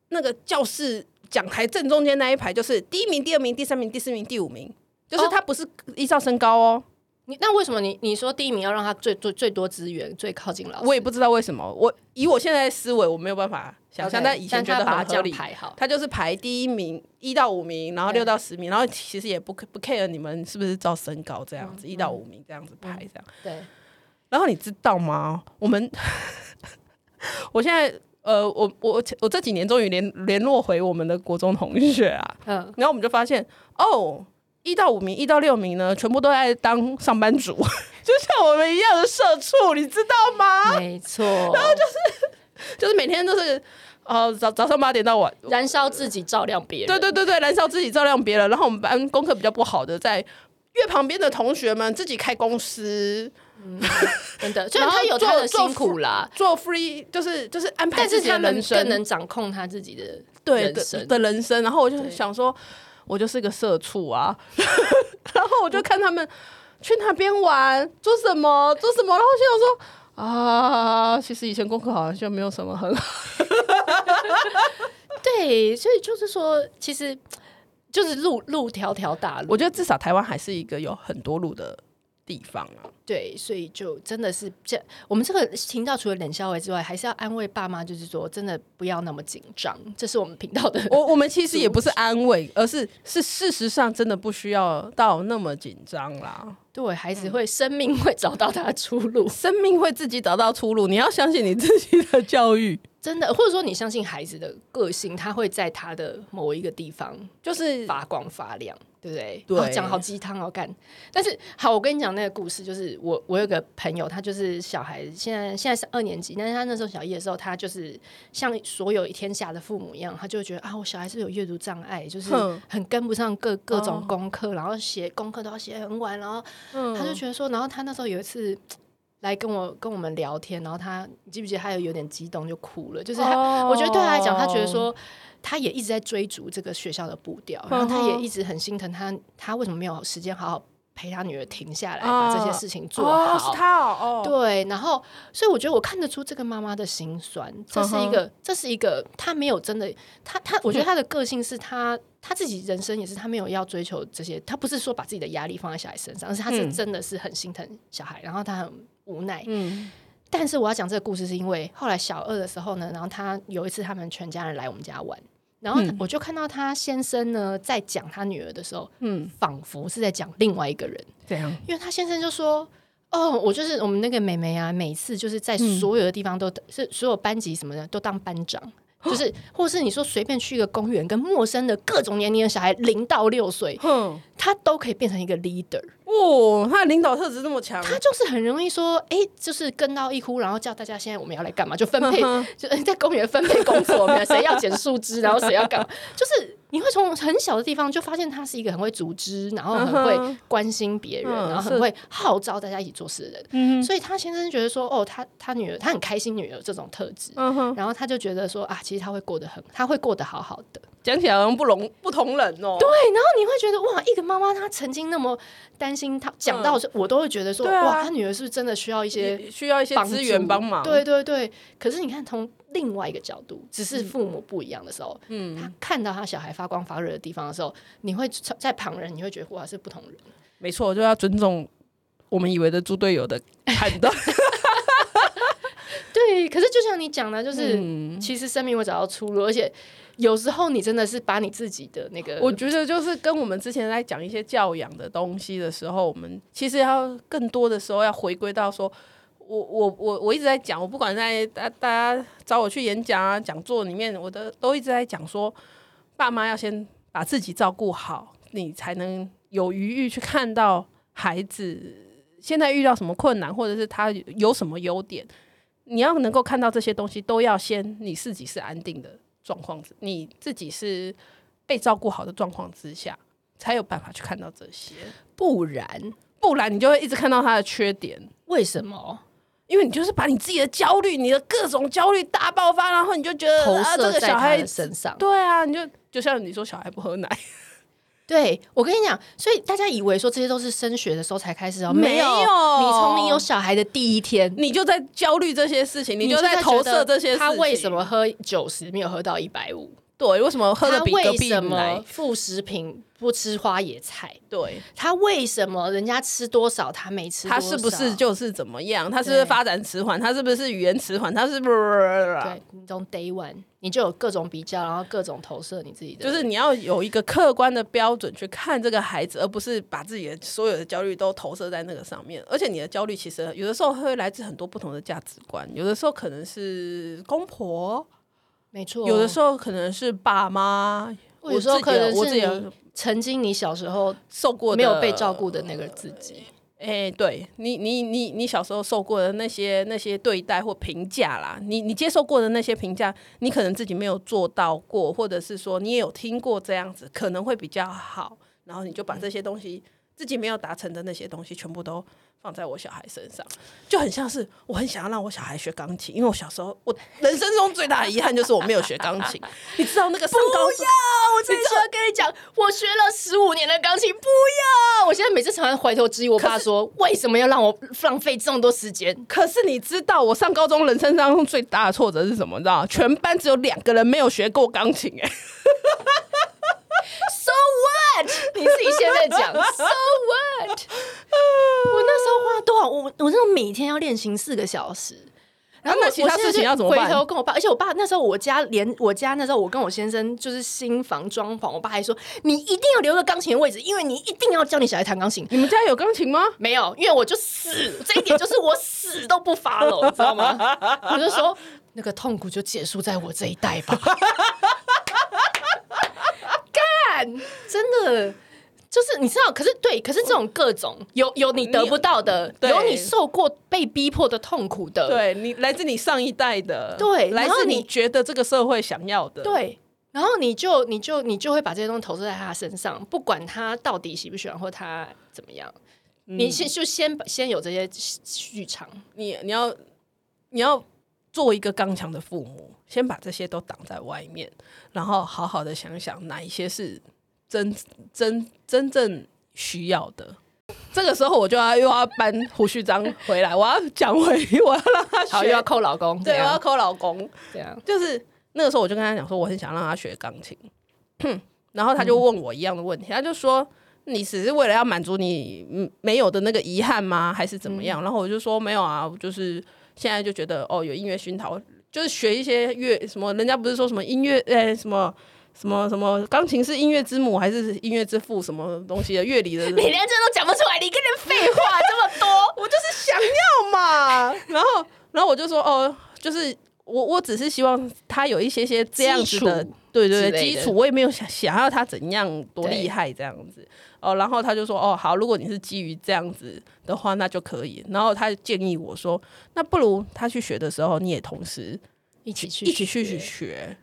Speaker 2: 那个教室讲台正中间那一排，就是第一名、第二名、第三名、第四名、第五名，就是
Speaker 1: 哦
Speaker 2: 他不是依照身高哦，
Speaker 1: 你那为什么你你说第一名要让他最最最多资源，最靠近老师？
Speaker 2: 我也不知道为什么，我以我现在的思维，我没有办法想象
Speaker 1: OK，
Speaker 2: 但以前
Speaker 1: 但
Speaker 2: 觉
Speaker 1: 他
Speaker 2: 得
Speaker 1: 把
Speaker 2: 很
Speaker 1: 它这
Speaker 2: 合
Speaker 1: 样
Speaker 2: 理。
Speaker 1: 排好，
Speaker 2: 他就是排第一名一到五名，然后
Speaker 1: 对
Speaker 2: 六到十名，然后其实也不不 care 你们是不是照身高这样子，一、到五名这样子排这样。
Speaker 1: 对，
Speaker 2: 然后你知道吗？我们我现在呃，我我我这几年终于联联络回我们的国中同学啊，
Speaker 1: 嗯，
Speaker 2: 然后我们就发现哦。一到五名，一到六名呢，全部都在当上班族， [laughs] 就像我们一样的社畜，你知道吗？
Speaker 1: 没错。然后就
Speaker 2: 就是每天都是，呃，早早上八点到晚，
Speaker 1: 燃烧自己，照亮别人。
Speaker 2: 对对对对，燃烧自己，照亮别人。然后我们班功课比较不好的，在越旁边的同学们自己开公司，
Speaker 1: 真的。虽然
Speaker 2: 然后
Speaker 1: 他有他的
Speaker 2: 做
Speaker 1: 辛苦啦，
Speaker 2: 做 free，就是就是安排
Speaker 1: 但
Speaker 2: 自
Speaker 1: 是
Speaker 2: 己的
Speaker 1: 他们
Speaker 2: 人生，
Speaker 1: 更能掌控他自己的
Speaker 2: 对
Speaker 1: 人
Speaker 2: 的
Speaker 1: 生。
Speaker 2: 的人生。然后我就
Speaker 1: 对
Speaker 2: 想说，我就是个社畜啊。 [laughs] 然后我就看他们去哪边玩，做什么，做什么。然后我心想说。啊，其实以前功课好像就没有什么很好，
Speaker 1: 对，所以就是说，其实就是路路条条大路。
Speaker 2: 我觉得至少台湾还是一个有很多路的地方啊。
Speaker 1: 对，所以就真的是这，我们这个频道除了冷笑话之外，还是要安慰爸妈，就是说真的不要那么紧张，这是我们频道的。
Speaker 2: [laughs] 我我们其实也不是安慰，而是是事实上真的不需要到那么紧张啦。
Speaker 1: 对孩子会，生命会找到他的出路，
Speaker 2: 生命会自己找到出路，你要相信你自己的教育。
Speaker 1: 真的，或者说你相信孩子的个性，他会在他的某一个地方
Speaker 2: 就是
Speaker 1: 发光发亮。对不对？
Speaker 3: 对
Speaker 1: 哦讲、好鸡汤哦，干。但是好，我跟你讲那个故事，就是我我有个朋友，他就是小孩，现在现在是二年级，但是他那时候小一的时候，他就是像所有天下的父母一样，他就会觉得啊，我小孩是有阅读障碍，就是
Speaker 2: 哼
Speaker 1: 很跟不上各各种
Speaker 2: 哦
Speaker 1: 功课，然后写功课都要写很晚，然后
Speaker 2: 嗯
Speaker 1: 他就觉得说，然后他那时候有一次。来跟我跟我们聊天，然后他你记不记得他有有点激动就哭了，就是他我觉得对他来讲，他觉得
Speaker 2: 哦
Speaker 1: 说他也一直在追逐这个学校的步调，然后他
Speaker 2: 嗯
Speaker 1: 也一直很心疼他，他为什么没有时间好好陪他女儿停下来，把这些事情做
Speaker 2: 哦，
Speaker 1: 好？
Speaker 2: 是他哦，哦，
Speaker 1: 对，然后所以我觉得我看得出这个妈妈的心酸，这
Speaker 2: 嗯
Speaker 1: 是一个，这是一个，她没有真的，她她，
Speaker 2: [laughs]
Speaker 1: 我觉得她的个性是她她自己人生也是她没有要追求这些，她不是说把自己的压力放在小孩身上，而是她是
Speaker 3: 嗯
Speaker 1: 真的是很心疼小孩，然后她很无奈，
Speaker 2: 嗯，
Speaker 1: 但是我要讲这个故事，是因为后来小二的时候呢，然后他有一次他们全家人来我们家玩，然后
Speaker 2: 嗯
Speaker 1: 我就看到他先生呢在讲他女儿的时候，嗯，仿佛是在讲另外一个人，
Speaker 3: 这样
Speaker 1: 因为他先生就说。哦，我就是我们那个妹妹啊，每次就是在所有的地方都、是所有班级什么的都当班长，就是或是你说随便去一个公园，跟陌生的各种年龄的小孩零到六岁，
Speaker 2: 哼，
Speaker 1: 他都可以变成一个 leader。
Speaker 2: 哦，他的领导特质那么强，
Speaker 1: 他就是很容易说，哎、就是跟到一哭，然后叫大家现在我们要来干嘛？就分
Speaker 2: [laughs]
Speaker 1: 配，就在公园分配工作，我们谁要捡树枝，然后谁要干嘛？就是你会从很小的地方就发现他是一个很会组织，然后很
Speaker 2: 嗯
Speaker 1: 会
Speaker 2: 哼
Speaker 1: 关心别人，
Speaker 2: 嗯
Speaker 1: 然后
Speaker 2: 是嗯
Speaker 1: 很会号召大家一起做事的人。所以他先生觉得说，哦，他他女儿，他很开心女儿有这种特质。
Speaker 2: 嗯哼，
Speaker 1: 然后他就觉得说啊，其实他会过得很，他会过得好好的。
Speaker 2: 讲起来好像不容不同人哦，
Speaker 1: 对，然后你会觉得哇，一个妈妈她曾经那么担心她，讲到我都会觉得说、
Speaker 2: 嗯对啊
Speaker 1: 哇，她女儿是不是真的需要一些
Speaker 2: 也需要一些
Speaker 1: 帮
Speaker 2: 资源
Speaker 1: 助
Speaker 2: 帮忙，
Speaker 1: 对对对，可是你看，从另外一个角度，只是父母不一样的时候，嗯，他看到他小孩发光发热的地方的时候，你会在旁人，你会觉得哇是不同人。
Speaker 2: 没错，就要尊重我们以为的猪队友的判断。
Speaker 1: 对，可是就像你讲的，就是、
Speaker 2: 嗯
Speaker 1: 其实生命会找到出路，而且有时候你真的是把你自己的那个，
Speaker 2: 我觉得就是跟我们之前在讲一些教养的东西的时候，我们其实要更多的时候要回归到说，我我我我一直在讲，我不管在大大家找我去演讲啊、讲座里面，我的都一直在讲说，爸妈要先把自己照顾好，你才能有余裕去看到孩子现在遇到什么困难，或者是他有什么优点。你要能够看到这些东西，都要先你自己是安定的状况，你自己是被照顾好的状况之下，才有办法去看到这些，
Speaker 1: 不然
Speaker 2: 不然你就会一直看到他的缺点，
Speaker 1: 为什么？
Speaker 2: 因为你就是把你自己的焦虑、你的各种焦虑大爆发，然后你就觉得
Speaker 1: 投
Speaker 2: 啊，这
Speaker 1: 射
Speaker 2: 个
Speaker 1: 在
Speaker 2: 小
Speaker 1: 他
Speaker 2: 孩
Speaker 1: 的，身上，
Speaker 2: 对啊，你就就像你说小孩不喝奶，
Speaker 1: 对我跟你讲，所以大家以为说这些都是升学的时候才开始哦，
Speaker 2: 没
Speaker 1: 有，
Speaker 2: 有
Speaker 1: 你从你有小孩的第一天，
Speaker 2: 你就在焦虑这些事情，你就在
Speaker 1: 觉
Speaker 2: 投
Speaker 1: 得
Speaker 2: 射这些事情。
Speaker 1: 他为什么喝九十没有喝到一百五？
Speaker 2: 对？为什么喝的
Speaker 1: 他
Speaker 2: 比隔
Speaker 1: 为
Speaker 2: 壁
Speaker 1: 什么
Speaker 2: 奶？
Speaker 1: 副食品不吃花野菜？
Speaker 2: 对，
Speaker 1: 他为什么人家吃多少他没吃
Speaker 2: 他
Speaker 1: 多少
Speaker 2: 是不是就是怎么样？他是不是
Speaker 1: 对
Speaker 2: 发展迟缓？他是不是语言迟缓？他是不
Speaker 1: 对
Speaker 2: 是？
Speaker 1: 你从 day one 你就有各种比较，然后各种投射你自己的，
Speaker 2: 就是你要有一个客观的标准去看这个孩子，而不是把自己的所有的焦虑都投射在那个上面。而且你的焦虑其实有的时候会来自很多不同的价值观，有的时候可能是公婆，
Speaker 1: 没错。
Speaker 2: 有的时候可能是爸妈，
Speaker 1: 候，有时候
Speaker 2: 我自
Speaker 1: 可
Speaker 2: 己的
Speaker 1: 能
Speaker 2: 我
Speaker 1: 是
Speaker 2: 自己的
Speaker 1: 你曾经你小时候
Speaker 2: 受过的
Speaker 1: 没有被照顾的那个自己。
Speaker 2: 哎、对你，你，你，你小时候受过的那些那些对待或评价啦，你你接受过的那些评价，你可能自己没有做到过，或者是说你也有听过这样子，可能会比较好，然后你就把这些东西、自己没有达成的那些东西，全部都放在我小孩身上，就很像是我很想要让我小孩学钢琴，因为我小时候我人生中最大的遗憾就是我没有学钢琴，你知道那个上高中。
Speaker 1: 我真的要跟你讲，我学了十五年的钢琴，不要！我现在每次常常怀头质疑我爸说，为什么要让我浪费这么多时间？
Speaker 2: 可是你知道，我上高中人生当中最大的挫折是什么？你知道吗？全班只有两个人没有学过钢琴、哎，
Speaker 1: So what？你自己现在
Speaker 2: [laughs]
Speaker 1: 讲 So what？我那时候花多少？我我那时候每天要练琴四个小时。然后
Speaker 2: 啊
Speaker 1: 我
Speaker 2: 那其他
Speaker 1: 我现在
Speaker 2: 事情要怎么办
Speaker 1: 回头跟我爸，而且我爸那时候我家连我家那时候我跟我先生就是新房装潢，我爸还说你一定要留个钢琴的位置，因为你一定要教你小孩弹钢琴。
Speaker 2: 你们家有钢琴吗？
Speaker 1: 没有，因为我就死，这一点就是我死都不发 [laughs] 了，你知道吗？我就说那个痛苦就结束在我这一 [laughs] 代吧。干，真的，就是你知道，可是对，可是这种各种有有你得不到的，
Speaker 2: 对
Speaker 1: 有你受过被逼迫的痛苦的，
Speaker 2: 对你来自你上一代的，
Speaker 1: 对
Speaker 2: 来
Speaker 1: 然后
Speaker 2: 自
Speaker 1: 你
Speaker 2: 你觉得这个社会想要的，，
Speaker 1: 对，然后你就你就你就会把这些东西投射在他身上，不管他到底喜不喜欢或他怎么样，你先就先把先有这些剧场，
Speaker 2: 你你要你要做一个刚强的父母，先把这些都挡在外面，然后好好的想想哪一些是真真真正需要的。这个时候我就要又要搬胡须章回来，我要讲回，我要让他
Speaker 1: [laughs] 好又要
Speaker 2: 学，
Speaker 1: 扣老公，
Speaker 2: 对，
Speaker 1: 这
Speaker 2: 我要
Speaker 1: 样
Speaker 2: 扣老公。
Speaker 1: 这样，
Speaker 2: 就是那个时候我就跟他讲说，我很想让他学钢琴， [clears throat] 然后他就问我一样的问题，他就说。你只是为了要满足你嗯没有的那个遗憾吗？还是怎么样？然后我就说没有啊，我就是现在就觉得哦，有音乐熏陶，就是学一些乐什么，人家不是说什么音乐呃、什么什么什么钢琴是音乐之母还是音乐之父什么东西的乐理的？
Speaker 1: 你连这都讲不出来，你跟人废话这么多，
Speaker 2: 我就是想要嘛。 [laughs] 然后，然后我就说，哦，就是我，我只是希望他有一些些这样子的
Speaker 1: 基础，
Speaker 2: 对对
Speaker 1: 之类
Speaker 2: 对，
Speaker 1: 的
Speaker 2: 基础。我也没有想想要他怎样多
Speaker 1: 对
Speaker 2: 厉害这样子。哦，然后他就说，哦，好，如果你是基于这样子的话，那就可以。然后他建议我说，那不如他去学的时候，你也同时
Speaker 1: 一起去
Speaker 2: 一起去
Speaker 1: 学
Speaker 2: 学。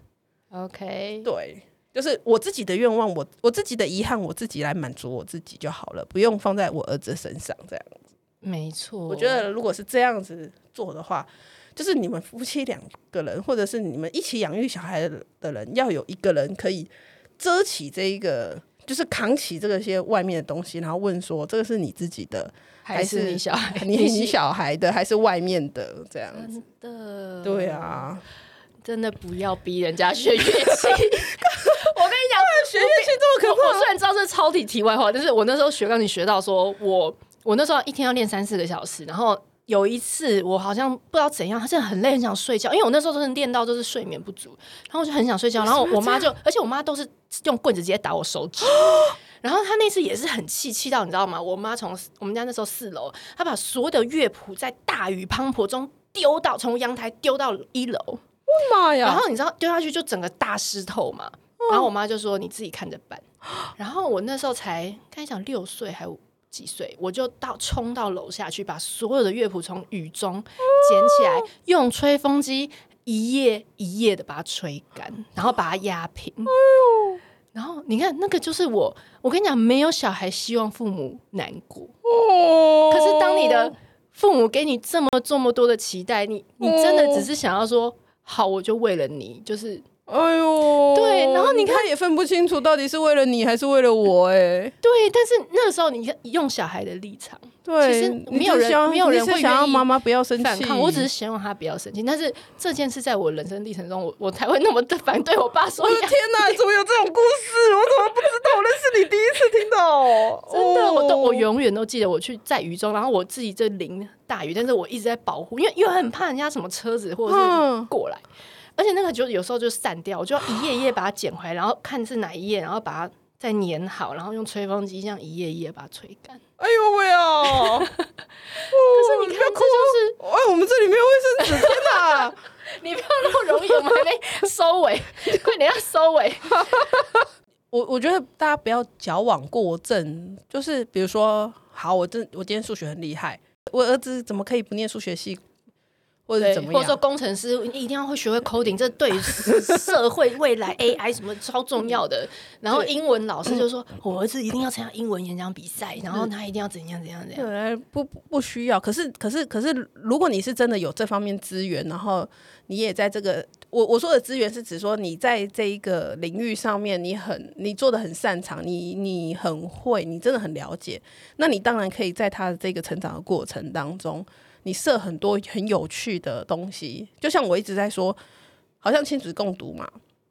Speaker 1: ，OK，
Speaker 2: 对，就是我自己的愿望，我我自己的遗憾，我自己来满足我自己就好了，不用放在我儿子身上这样。
Speaker 1: 没错，
Speaker 2: 我觉得如果是这样子做的话，就是你们夫妻两个人，或者是你们一起养育小孩的人，要有一个人可以遮起这一个，就是扛起这个些外面的东西，然后问说这个是你自己的，
Speaker 1: 还是哎你小孩，
Speaker 2: 你你小孩的，还是外面的这样子？
Speaker 1: 的
Speaker 2: 对
Speaker 1: [laughs]
Speaker 2: 啊，
Speaker 1: 真的不要逼人家学乐器。我跟你讲，学乐器
Speaker 2: 这么可
Speaker 1: 我虽然知道这是超体题外话，但是我那时候学钢琴学到说，我我那时候一天要练三四个小时，然后。有一次，我好像不知道怎样，他真的很累，很想睡觉。因为我那时候真的练到就是睡眠不足，然后我就很想睡觉。然后我妈就，而且我妈都是用棍子直接打我手指。然后她那次也是很气，气到你知道吗？我妈从我们家那时候四楼，她把所有的乐谱在大雨滂沱中丢到从阳台丢到一楼。
Speaker 2: 妈
Speaker 1: 然！后你知道丢下去就整个大湿透嘛，然后我妈就说你自己看着办。然后我那时候才刚讲六岁还五几岁，我就到冲到楼下去，把所有的乐谱从雨中捡起来，用吹风机一页一页的把它吹干，然后把它压平。然后你看，那个就是我，我跟你讲，没有小孩希望父母难过，
Speaker 2: 哦
Speaker 1: 可是当你的父母给你这么这么多的期待，你你真的只是想要说好，我就为了你，就是
Speaker 2: 哎呦，
Speaker 1: 对然后你看
Speaker 2: 他也分不清楚到底是为了你还是为了我、哎，
Speaker 1: 对。但是那个时候，你看用小孩的立场
Speaker 2: 对，
Speaker 1: 其实
Speaker 2: 你
Speaker 1: 没有
Speaker 2: 只
Speaker 1: 人
Speaker 2: 希望
Speaker 1: 没有人
Speaker 2: 你只
Speaker 1: 会
Speaker 2: 想要
Speaker 1: 愿意
Speaker 2: 妈妈不要生
Speaker 1: 反
Speaker 2: 气，
Speaker 1: 抗，我只是希望他不要生气。但是这件事在我人生历程中，我我才会那么的反对我爸说
Speaker 2: 我的
Speaker 1: 要。
Speaker 2: 天哪，怎么有这种故事？我怎么不知道？我认识你第一次听到，哦
Speaker 1: 真的，我都我
Speaker 2: 有
Speaker 1: 永远都记得我去在雨中，然后我自己这淋大雨，但是我一直在保护，因为又很怕人家什么车子或者是
Speaker 2: 嗯
Speaker 1: 过来，而且那个就有时候就散掉，我就要一页一页把它捡回来，然后看是哪一页，然后把它再粘好，然后用吹风机这样一页一页把它吹干。
Speaker 2: 哎呦喂 [laughs] 啊！可是
Speaker 1: 可是你看，这就是
Speaker 2: 哎，我们这里没有卫生纸，天哪！
Speaker 1: 你不要那么容易，我们还没收尾， [laughs] 快点要收尾。
Speaker 2: [laughs] 我我觉得大家不要矫枉过正，就是比如说，好，我这我今天数学很厉害，我儿子怎么可以不念数学系，或者
Speaker 1: 对
Speaker 2: 怎么
Speaker 1: 或者说
Speaker 2: 样？
Speaker 1: 工程师你一定要会学会 coding，这对于社会未
Speaker 2: [laughs]
Speaker 1: 来 AI 什么超重要的。然后英文老师就说，
Speaker 2: 嗯
Speaker 1: 我儿子一定要参加英文演讲比赛，然后他一定要怎样怎样怎样。
Speaker 2: 对，不不不需要。可是可是可是，如果你是真的有这方面资源，然后你也在这个，我我说的资源是指说你在这一个领域上面，你很你做的很擅长，你你很会，你真的很了解，那你当然可以在他的这个成长的过程当中，你设很多很有趣的东西。就像我一直在说，好像亲子共读嘛，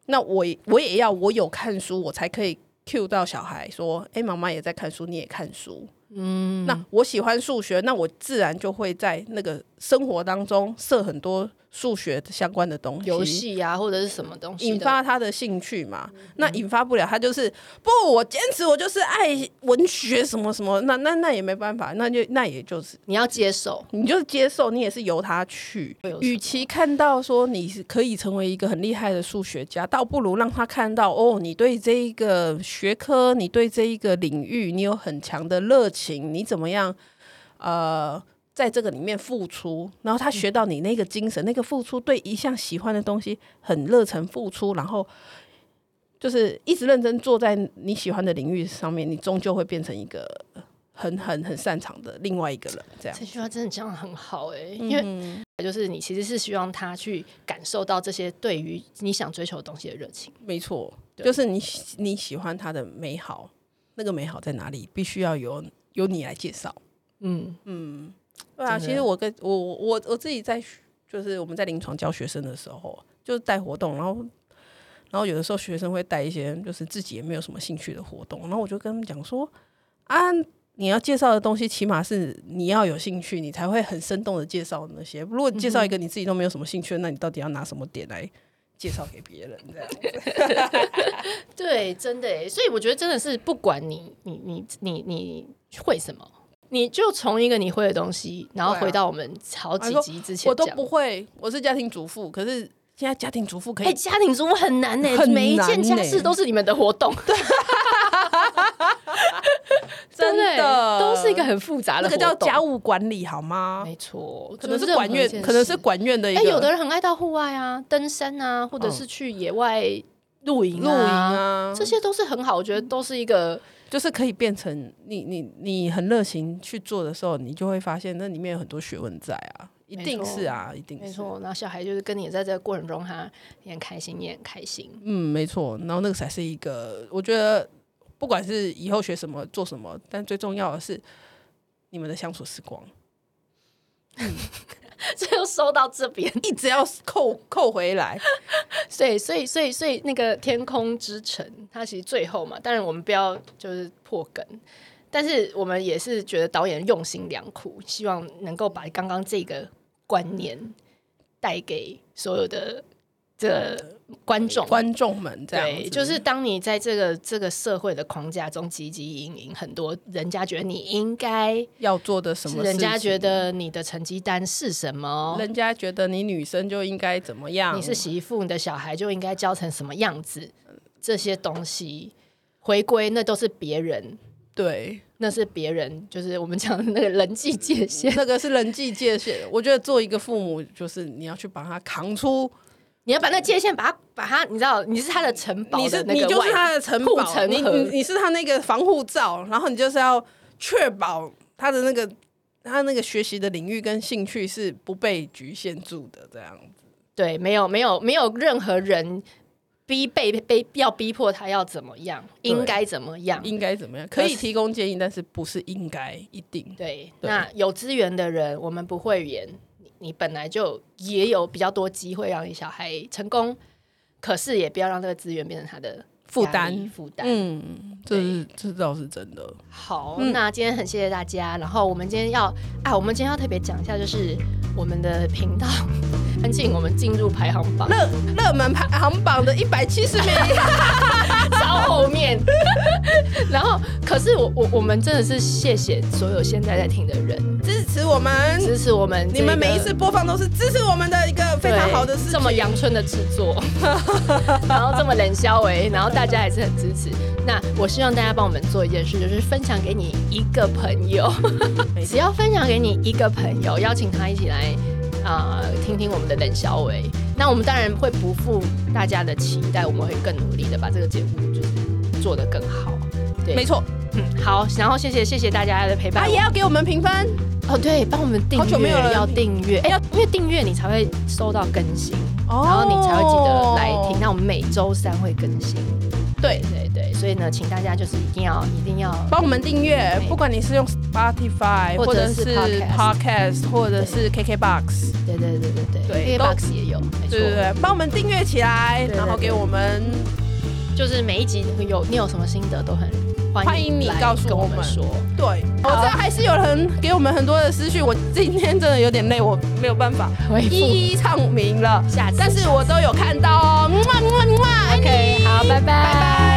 Speaker 2: 那我也我也要我有看书，我才可以 cue 到小孩说，哎、妈妈也在看书，你也看书。嗯，那我喜欢数学，那我自然就会在那个生活当中设很多数学相关的东西，
Speaker 1: 游戏啊，或者是什么东西的
Speaker 2: 引发他的兴趣嘛。那引发不了，他就是不，我坚持我就是爱文学什么什么，那那那也没办法，那就那也就是
Speaker 1: 你要接受，
Speaker 2: 你就是接受，你也是由他去
Speaker 1: 会有。什么
Speaker 2: 与其看到说你是可以成为一个很厉害的数学家，倒不如让他看到哦，你对这一个学科，你对这一个领域，你有很强的热情，你怎么样？呃，在这个里面付出，然后他学到你那个精神，那个付出对一项喜欢的东西很热忱付出，然后就是一直认真做在你喜欢的领域上面，你终究会变成一个很很很擅长的另外一个人。这样，
Speaker 1: 这句话真的讲的很好哎、
Speaker 2: 嗯
Speaker 1: 因为就是你其实是希望他去感受到这些对于你想追求的东西的热情。
Speaker 2: 没错，
Speaker 1: 对
Speaker 2: 就是你喜你喜欢它的美好，那个美好在哪里，必须要由由你来介绍。
Speaker 1: 嗯，
Speaker 2: 对啊，
Speaker 1: 真的
Speaker 2: 其实我跟我我我我自己在学就是我们在临床教学生的时候，就是带活动，然后然后有的时候学生会带一些就是自己也没有什么兴趣的活动，然后我就跟他们讲说啊，你要介绍的东西起码是你要有兴趣，你才会很生动的介绍那些。如果你介绍一个你自己都没有什么兴趣的，那你到底要拿什么点来介绍给别人？这样
Speaker 1: 对，真的哎、所以我觉得真的是不管你你你你你会什么，你就从一个你会的东西，然后
Speaker 2: 对啊
Speaker 1: 回到我们好几
Speaker 2: 啊
Speaker 1: 集之前
Speaker 2: 我都
Speaker 1: 讲
Speaker 2: 不会，我是家庭主妇，可是现在家庭主妇可
Speaker 1: 哎、
Speaker 2: 以
Speaker 1: 家庭主妇很难呢、
Speaker 2: 很
Speaker 1: 每一件
Speaker 2: 难
Speaker 1: 家
Speaker 2: 欸
Speaker 1: 事都是你们的活动，对不
Speaker 2: 真
Speaker 1: 对？
Speaker 2: 的
Speaker 1: 都是一个很复杂的
Speaker 2: 那
Speaker 1: 活
Speaker 2: 个
Speaker 1: 动，
Speaker 2: 叫家务管理好吗？
Speaker 1: 没错，
Speaker 2: 可能
Speaker 1: 就是任
Speaker 2: 管
Speaker 1: 何一
Speaker 2: 院，
Speaker 1: 件
Speaker 2: 可能
Speaker 1: 事
Speaker 2: 是管院的一
Speaker 1: 哎、
Speaker 2: 个嗯
Speaker 1: 有的人很爱到户外啊，登山啊，或者是去野外露营、
Speaker 2: 露营，啊，嗯
Speaker 1: 这些都是很好，我觉得都是一个
Speaker 2: 就是可以变成你你你很热情去做的时候，你就会发现那里面有很多学问在啊，一
Speaker 1: 没
Speaker 2: 定
Speaker 1: 错
Speaker 2: 是啊，一定
Speaker 1: 没
Speaker 2: 是，
Speaker 1: 错。然后小孩就是跟你在这个过程中，他也很开心，你也很开心。
Speaker 2: 嗯，没错。然后那个才是一个，我觉得不管是以后学什么做什么，但最重要的是你们的相处时光，
Speaker 1: 这又收到这边，
Speaker 2: 一直要扣扣回来，
Speaker 1: 所以所以所以所以那个天空之城，它其实最后嘛，当然我们不要就是破梗，但是我们也是觉得导演用心良苦，希望能够把刚刚这个观念带给所有的的观众。
Speaker 2: 观众们这样
Speaker 1: 对，
Speaker 2: 子，
Speaker 1: 就是当你在这个这个社会的框架中汲汲营营，很多人家觉得你应该，
Speaker 2: 要做的什么事情，
Speaker 1: 人家觉得你的成绩单是什么，
Speaker 2: 人家觉得你女生就应该怎么样，
Speaker 1: 你是媳妇，你的小孩就应该教成什么样子，这些东西回归那都是别人，
Speaker 2: 对， [laughs]
Speaker 1: 那是别人，就是我们讲的那个人际界限， [laughs]
Speaker 2: 那个是人际界限。我觉得做一个父母，就是你要去把他扛出，
Speaker 1: 你要把那界限把它把它，你知道，你是他的城堡
Speaker 2: 你是
Speaker 1: 的那
Speaker 2: 你
Speaker 1: 个
Speaker 2: 就是
Speaker 1: 外，
Speaker 2: 他的城
Speaker 1: 护
Speaker 2: 堡，
Speaker 1: 城
Speaker 2: 你
Speaker 1: 河
Speaker 2: 你你是他那个防护罩，然后你就是要确保他的那个他那个学习的领域跟兴趣是不被局限住的，这样子。
Speaker 1: 对，没有没有没有任何人逼被被要逼迫他要怎么样，应该怎么样。
Speaker 2: 应该怎么样？
Speaker 1: 可
Speaker 2: 可
Speaker 1: 是
Speaker 2: 以提供建议，但是不是应该一定？
Speaker 1: 对，
Speaker 2: 对
Speaker 1: 那有资源的人，我们不会演，你你本来就也有比较多机会让你小孩成功，可是也不要让这个资源变成他的
Speaker 2: 负
Speaker 1: 压
Speaker 2: 担
Speaker 1: 力负担。
Speaker 2: 嗯，这是这倒是真的。
Speaker 1: 好，
Speaker 2: 嗯
Speaker 1: 那今天很谢谢大家。然后我们今天要啊，我们今天要特别讲一下，就是我们的频道 [laughs] 安静，我们进入排行榜
Speaker 2: 热热门排行榜的一百七十名，
Speaker 1: 超后面。 [laughs] 然后，可是我我我们真的是谢谢所有现在在听的人
Speaker 2: 支持我们。
Speaker 1: 支持我们这个、
Speaker 2: 你们每一次播放都是支持我们的一个非常好的事
Speaker 1: 对
Speaker 2: 情。
Speaker 1: 这么阳春的制作， [laughs] 然后这么冷消维，然后大家还是很支持。那我希望大家帮我们做一件事，就是分享给你一个朋友，
Speaker 2: 没错
Speaker 1: 只要分享给你一个朋友，邀请他一起来。呃，听听我们的冷小维，那我们当然会不负大家的期待，我们会更努力的把这个节目就是做得更好。对，
Speaker 2: 没，错，
Speaker 1: 嗯，好，然后谢谢谢谢大家的陪伴
Speaker 2: 啊，，也要给我们评分。
Speaker 1: 哦，对，帮我们订阅，
Speaker 2: 好久没有人
Speaker 1: 要订阅，哎、
Speaker 2: 要
Speaker 1: 因为订阅你才会收到更新，
Speaker 2: 哦
Speaker 1: 然后你才会记得来听。啊那我们每周三会更新，
Speaker 2: 对，
Speaker 1: 对对，所以呢，请大家就是一定要一定要
Speaker 2: 帮我们订阅
Speaker 1: 对，
Speaker 2: 不管你是用 Spotify
Speaker 1: 或
Speaker 2: 或
Speaker 1: 者
Speaker 2: 者
Speaker 1: 是
Speaker 2: 是 Podcast 或者是 KKBox，
Speaker 1: 对对对对
Speaker 2: 对都
Speaker 1: KBox 也有，没错
Speaker 2: 对，对对，帮我们订阅起来
Speaker 1: 对，对
Speaker 2: 然后给我们
Speaker 1: 就是每一集有你有什么心得都很
Speaker 2: 欢迎你
Speaker 1: 来
Speaker 2: 告诉
Speaker 1: 跟
Speaker 2: 我
Speaker 1: 我
Speaker 2: 们
Speaker 1: 说。
Speaker 2: 对，我知道还是有人给我们很多的私讯，我今天真的有点累，我没有办法
Speaker 1: 回复
Speaker 2: 一一唱明了，
Speaker 1: 下次
Speaker 2: 但是我都有看到哦，么么么，爱你
Speaker 1: OK，好，拜拜
Speaker 2: 拜拜。